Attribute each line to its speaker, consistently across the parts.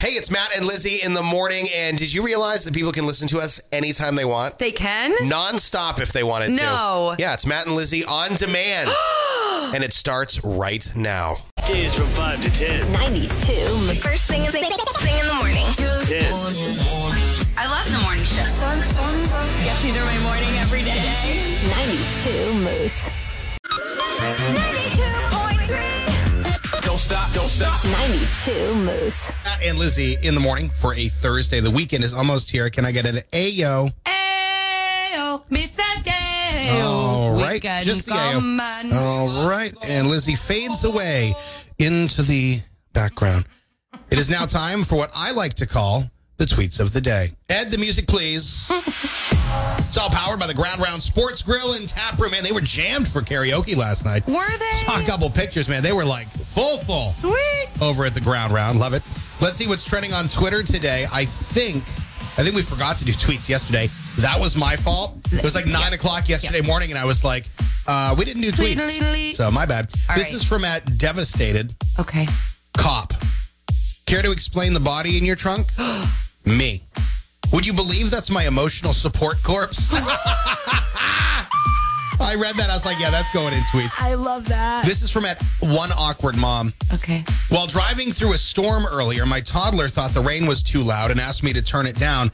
Speaker 1: It's Matt and Lizzie in the morning. And did you realize that people can listen to us anytime they want?
Speaker 2: They can?
Speaker 1: Nonstop if they wanted to.
Speaker 2: No.
Speaker 1: Yeah, it's Matt and Lizzie on demand. and it starts right now.
Speaker 3: Days from 5 to 10.
Speaker 4: 92.
Speaker 5: First thing in the, thing in the morning.
Speaker 3: 10.
Speaker 6: I love the morning show. Sun, sun, sun. Gets me through my morning every day.
Speaker 4: 92 Moose.
Speaker 5: 92.3.
Speaker 4: 92 Moose.
Speaker 1: Matt and Lizzie in the morning for a Thursday. The weekend is almost here. Can I get an Ayo?
Speaker 2: Ayo, Miss Ayo.
Speaker 1: All
Speaker 2: We
Speaker 1: right,
Speaker 2: can
Speaker 1: just the
Speaker 2: come
Speaker 1: Ayo.
Speaker 2: and-
Speaker 1: All right, and Lizzie fades away into the background. It is now time for what I like to call the tweets of the day. Ed, the music, please. It's all powered by the Ground Round Sports Grill and Tap Room. Man, they were jammed for karaoke last night.
Speaker 2: Were they?
Speaker 1: Saw a couple pictures, man. They were like full, full
Speaker 2: Sweet.
Speaker 1: over at the ground round. Love it. Let's see what's trending on Twitter today. I think I think we forgot to do tweets yesterday. That was my fault. It was like nine o'clock yesterday morning, and I was like, uh, we didn't do
Speaker 2: Tweedly-dee.
Speaker 1: tweets. So my bad.
Speaker 2: All
Speaker 1: this
Speaker 2: right.
Speaker 1: is from at devastated
Speaker 2: Okay.
Speaker 1: cop. Care to explain the body in your trunk? Me. Would you believe that's my emotional support corpse? I read that. I was like, yeah, that's going in tweets.
Speaker 2: I love that.
Speaker 1: This is from at one awkward mom.
Speaker 2: Okay.
Speaker 1: While driving through a storm earlier, my toddler thought the rain was too loud and asked me to turn it down.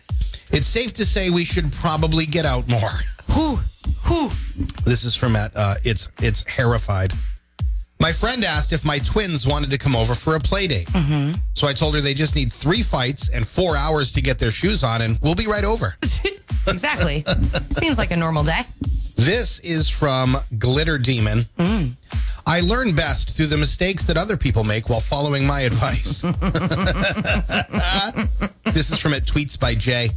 Speaker 1: It's safe to say we should probably get out more.
Speaker 2: Who? Who?
Speaker 1: This is from at uh, it's it's horrified. My friend asked if my twins wanted to come over for a play date. So I told her they just need three fights and four hours to get their shoes on, and we'll be right over.
Speaker 2: Exactly. Seems like a normal day.
Speaker 1: This is from Glitter Demon. I learn best through the mistakes that other people make while following my advice. this is from it tweets by Jay.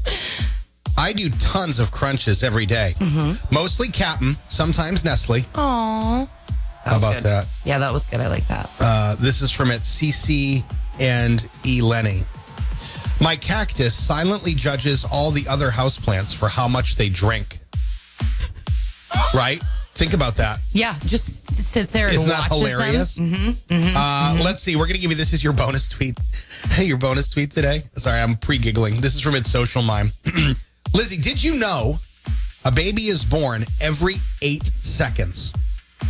Speaker 1: I do tons of crunches every day. mostly Cap'n, sometimes Nestle.
Speaker 2: Aww.
Speaker 1: How about that?
Speaker 2: Yeah, that was good. I like that.
Speaker 1: Uh, this is from at CC and E Lenny. My cactus silently judges all the other houseplants for how much they drink. right? Think about that.
Speaker 2: yeah, just s- sits there and
Speaker 1: Isn't that
Speaker 2: watches
Speaker 1: hilarious?
Speaker 2: them. Mm-hmm,
Speaker 1: uh, Let's see. We're going to give you this is your bonus tweet. your bonus tweet today. Sorry, I'm pre giggling. This is from its social mime. Lizzie, did you know a baby is born every eight seconds?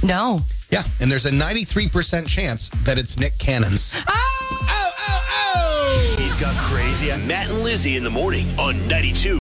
Speaker 2: No.
Speaker 1: Yeah, and there's a 93% chance that it's Nick Cannon's.
Speaker 3: He's got crazy. Matt and Lizzie in the morning on 92.